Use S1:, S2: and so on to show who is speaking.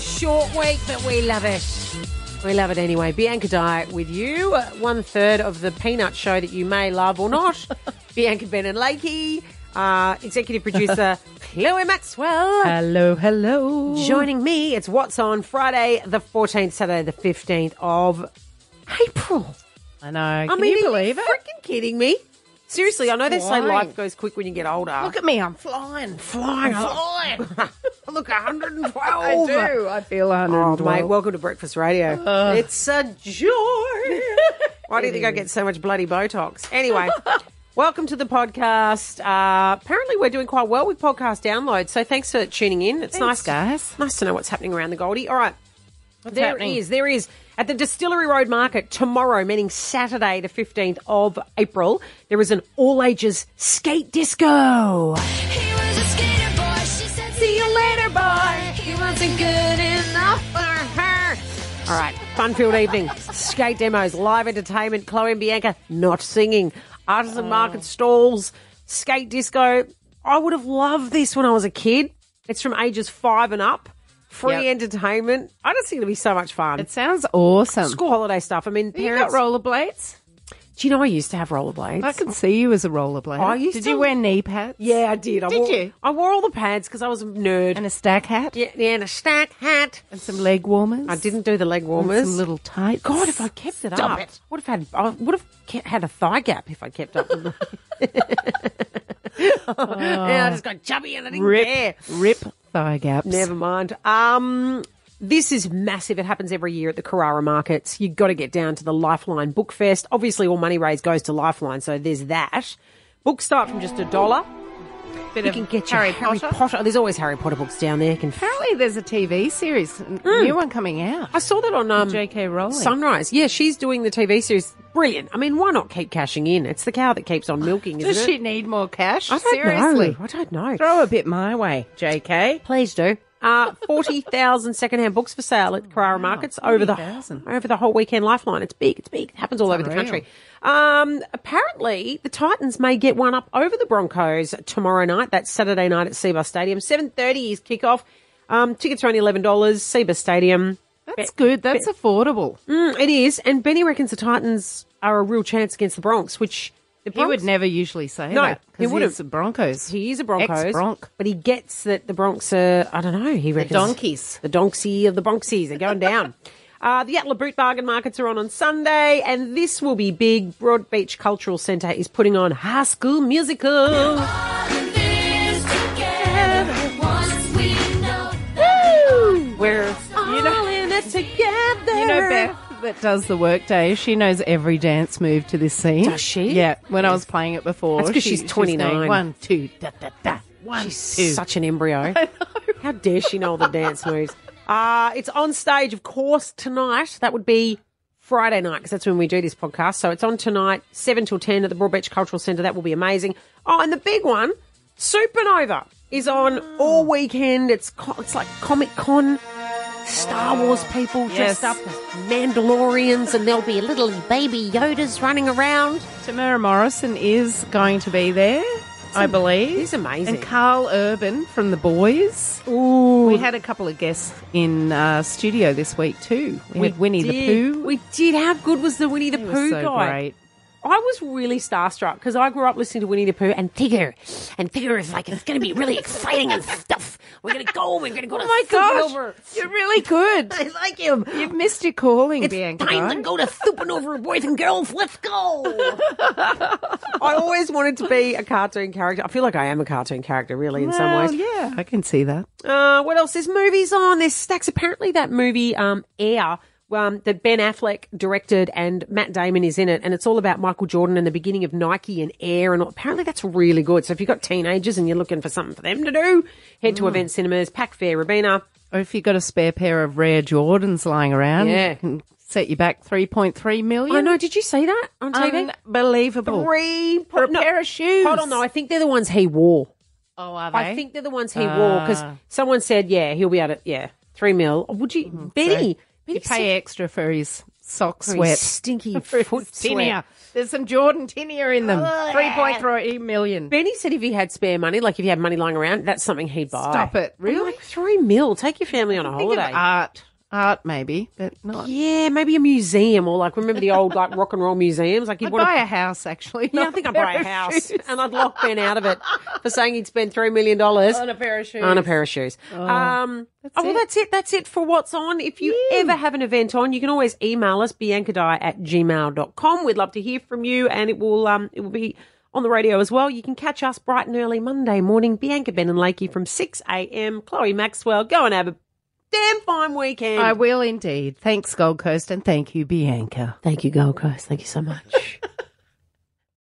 S1: short week, but we love it. We love it anyway. Bianca Diet with you, uh, one third of the Peanut Show that you may love or not. Bianca Ben and Lakey, uh, executive producer Chloe Maxwell.
S2: Hello, hello.
S1: Joining me, it's What's On Friday, the 14th, Saturday, the 15th of April.
S2: I know. I
S1: I
S2: Can
S1: mean,
S2: you
S1: are
S2: believe it?
S1: Freaking kidding me? Seriously, I know they say
S2: Flying.
S1: life goes quick when you get older.
S2: Look at me, I'm flying.
S1: flying,
S2: flying.
S1: look, 112.
S2: I do. I feel 112.
S1: Oh, mate, welcome to Breakfast Radio. it's a joy. Why do you think I get so much bloody Botox? Anyway, welcome to the podcast. Uh, apparently, we're doing quite well with podcast downloads, so thanks for tuning in. It's nice,
S2: Thanks, guys.
S1: Nice to know what's happening around the Goldie. All right. there
S2: happening?
S1: is, there is. At the Distillery Road Market tomorrow, meaning Saturday, the 15th of April, there is an all ages skate disco.
S3: He was a skater boy. She said,
S1: See you later, boy. He wasn't good enough for her. All right, Funfield evening, skate demos, live entertainment. Chloe and Bianca not singing, artisan
S2: Oh.
S1: market stalls, skate disco. I would have loved this when I was a kid. It's from ages five and up. Free
S2: Yep.
S1: entertainment. I just think it'll be so much fun.
S2: It sounds awesome.
S1: School holiday stuff. I mean,
S2: You got
S1: parents.
S2: rollerblades?
S1: Do you know I used to have rollerblades?
S2: I can see you as a rollerblader.
S1: I used
S2: Did
S1: to-
S2: you wear knee pads?
S1: yeah, I did. I
S2: Did
S1: wore,
S2: you?
S1: I wore all the pads because I was a nerd.
S2: And a stack hat?
S1: yeah, yeah, and a stack hat.
S2: And some leg warmers?
S1: I didn't do the leg warmers.
S2: And some little tights?
S1: God, if I kept it
S2: Stop
S1: up,
S2: it.
S1: would have had I would have ke- had a thigh gap if I kept up. with Oh, yeah, I just got chubby and I didn't
S2: Rip,
S1: care.
S2: rip thigh gaps.
S1: Never mind. Um, this is massive. It happens every year at the Carrara markets. You've got to get down to the Lifeline Book Fest. Obviously, all money raised goes to Lifeline, so there's that. Books start from just a dollar.
S2: Bit
S1: You
S2: of
S1: can get your
S2: Harry,
S1: Harry, Potter. There's always Harry Potter books down there. You can
S2: Apparently, there's a TV series, a new one coming out.
S1: Mm. I saw that on um,
S2: J.K. Rowling.
S1: Sunrise. Yeah, she's doing the TV series. Brilliant. I mean, why not keep cashing in? It's the cow that keeps on milking, isn't
S2: Does
S1: it?
S2: she need more cash?
S1: I don't
S2: Seriously.
S1: know. I don't know.
S2: Throw a bit my way, JK.
S1: Please do. Uh, 40,000 secondhand books for sale at Carrara Markets over the,
S2: 40,000.
S1: over the whole weekend lifeline. It's big. It's big. It happens all over the
S2: unreal.
S1: country. Um, apparently, the Titans may get one up over the Broncos tomorrow night. That's Saturday night at Seabus Stadium. 7.30 is kickoff. Um, tickets are only $11. Seabus Stadium.
S2: That's good. That's affordable.
S1: Mm, it is, and Benny reckons the Titans are a real chance against the Bronx, which the
S2: He
S1: Bronx,
S2: would never usually say
S1: No,
S2: that. 'cause
S1: he wouldn't.
S2: he's a Broncos.
S1: He is a Broncos,
S2: Ex-Bronc.
S1: but he gets that the Bronx are. I don't know. He reckons
S2: donkeys.
S1: the Donksy of the Bronxies are going down. Uh, the Yatla Boot Bargain Markets are on on Sunday, and this will be big. Broadbeach Cultural Centre is putting on High School Musical.
S3: All of this together. Once we know
S1: We're all in it together.
S2: You know Beth that does the workday. She knows every dance move to this scene.
S1: Does she?
S2: Yeah. When I was playing it before,
S1: That's 'cause she's 29.
S2: going, One, two, da da da. One,
S1: She's
S2: two.
S1: such an embryo. How dare she know all the dance moves? Uh, it's on stage, of course, tonight. That would be Friday night because that's when we do this podcast. So it's on tonight, 7 till 10 at the Broadbeach Cultural Centre. That will be amazing. Oh, and the big one, Supernova, is on all weekend. It's, co- it's like Comic Con. Star Wars people dressed
S2: Yes.
S1: up as Mandalorians, and there'll be little baby Yodas running around.
S2: Tamara Morrison is going to be there, I believe.
S1: it's amazing.
S2: And Carl Urban from The Boys.
S1: Ooh,
S2: We had a couple of guests in uh, studio this week too. We, had Winnie the
S1: did.
S2: Pooh.
S1: We did. How good was the Winnie the
S2: He was
S1: Pooh
S2: so
S1: guy?
S2: great.
S1: I was really starstruck because I grew up listening to Winnie the Pooh and Tigger, and Tigger is like it's going to be really exciting and stuff. We're going to go. We're going to go to
S2: Oh my
S1: Supernova.
S2: gosh, you're really good.
S1: I like him.
S2: You've missed your calling,
S1: It's
S2: Bianca.
S1: time to go to Supernova, boys and girls. Let's go. I always wanted to be a cartoon character. I feel like I am a cartoon character, really, in some ways.
S2: Well, yeah, I can see that.
S1: Uh, what else? There's movies on. There's stacks. Apparently, that movie um, Air um, that Ben Affleck directed and Matt Damon is in it, and it's all about Michael Jordan and the beginning of Nike and Air, and all. apparently that's really good. So if you've got teenagers and you're looking for something for them to do, head to Event Cinemas, Pack Fair, Rabina.
S2: Or if you've got a spare pair of rare Jordans lying around,
S1: Yeah.
S2: yeah. can set you back 3.3 million.
S1: I know. Oh, Did you see that on TV?
S2: Unbelievable.
S1: Three
S2: For a Um, pair of shoes.
S1: Hold on, no, I think they're the ones he wore.
S2: Oh, are
S1: I think they're the ones he wore because someone said, yeah, he'll be able to, yeah, three mil. Would you, Betty?
S2: You
S1: Betty
S2: pay extra for his sock
S1: Very
S2: sweat.
S1: Stinky
S2: Fruit
S1: foot
S2: Tinea.
S1: sweat. Oh,
S2: There's some Jordan tinea in them. 3.3 million.
S1: Benny said if he had spare money, like if he had money lying around, that's something he'd buy.
S2: Stop it.
S1: I'm
S2: Really?
S1: like three mil. Take your family on a
S2: Think of
S1: holiday.
S2: art. Art, maybe, but not.
S1: yeah, maybe a museum or like remember the old like rock and roll museums? Like you'd
S2: I'd
S1: want
S2: buy
S1: to
S2: a house, actually.
S1: yeah,
S2: not
S1: I think I'd
S2: pair
S1: buy a
S2: of
S1: house
S2: shoes.
S1: and I'd lock Ben out of it for saying he'd spend $3 million on
S2: a pair of shoes.
S1: a pair of shoes. um, oh, well,
S2: it.
S1: that's it. That's it for What's On. If you ever have an event on, you can always email us, biancadie at gmail.com. We'd love to hear from you and it will, um, it will be on the radio as well. You can catch us bright and early Monday morning, Bianca, Ben and Lakey from 6 a.m. Chloe Maxwell, go and have a damn fine weekend.
S2: I will indeed. Thanks, Gold Coast, and thank you, Bianca.
S1: Thank you, Gold Coast. Thank you so much.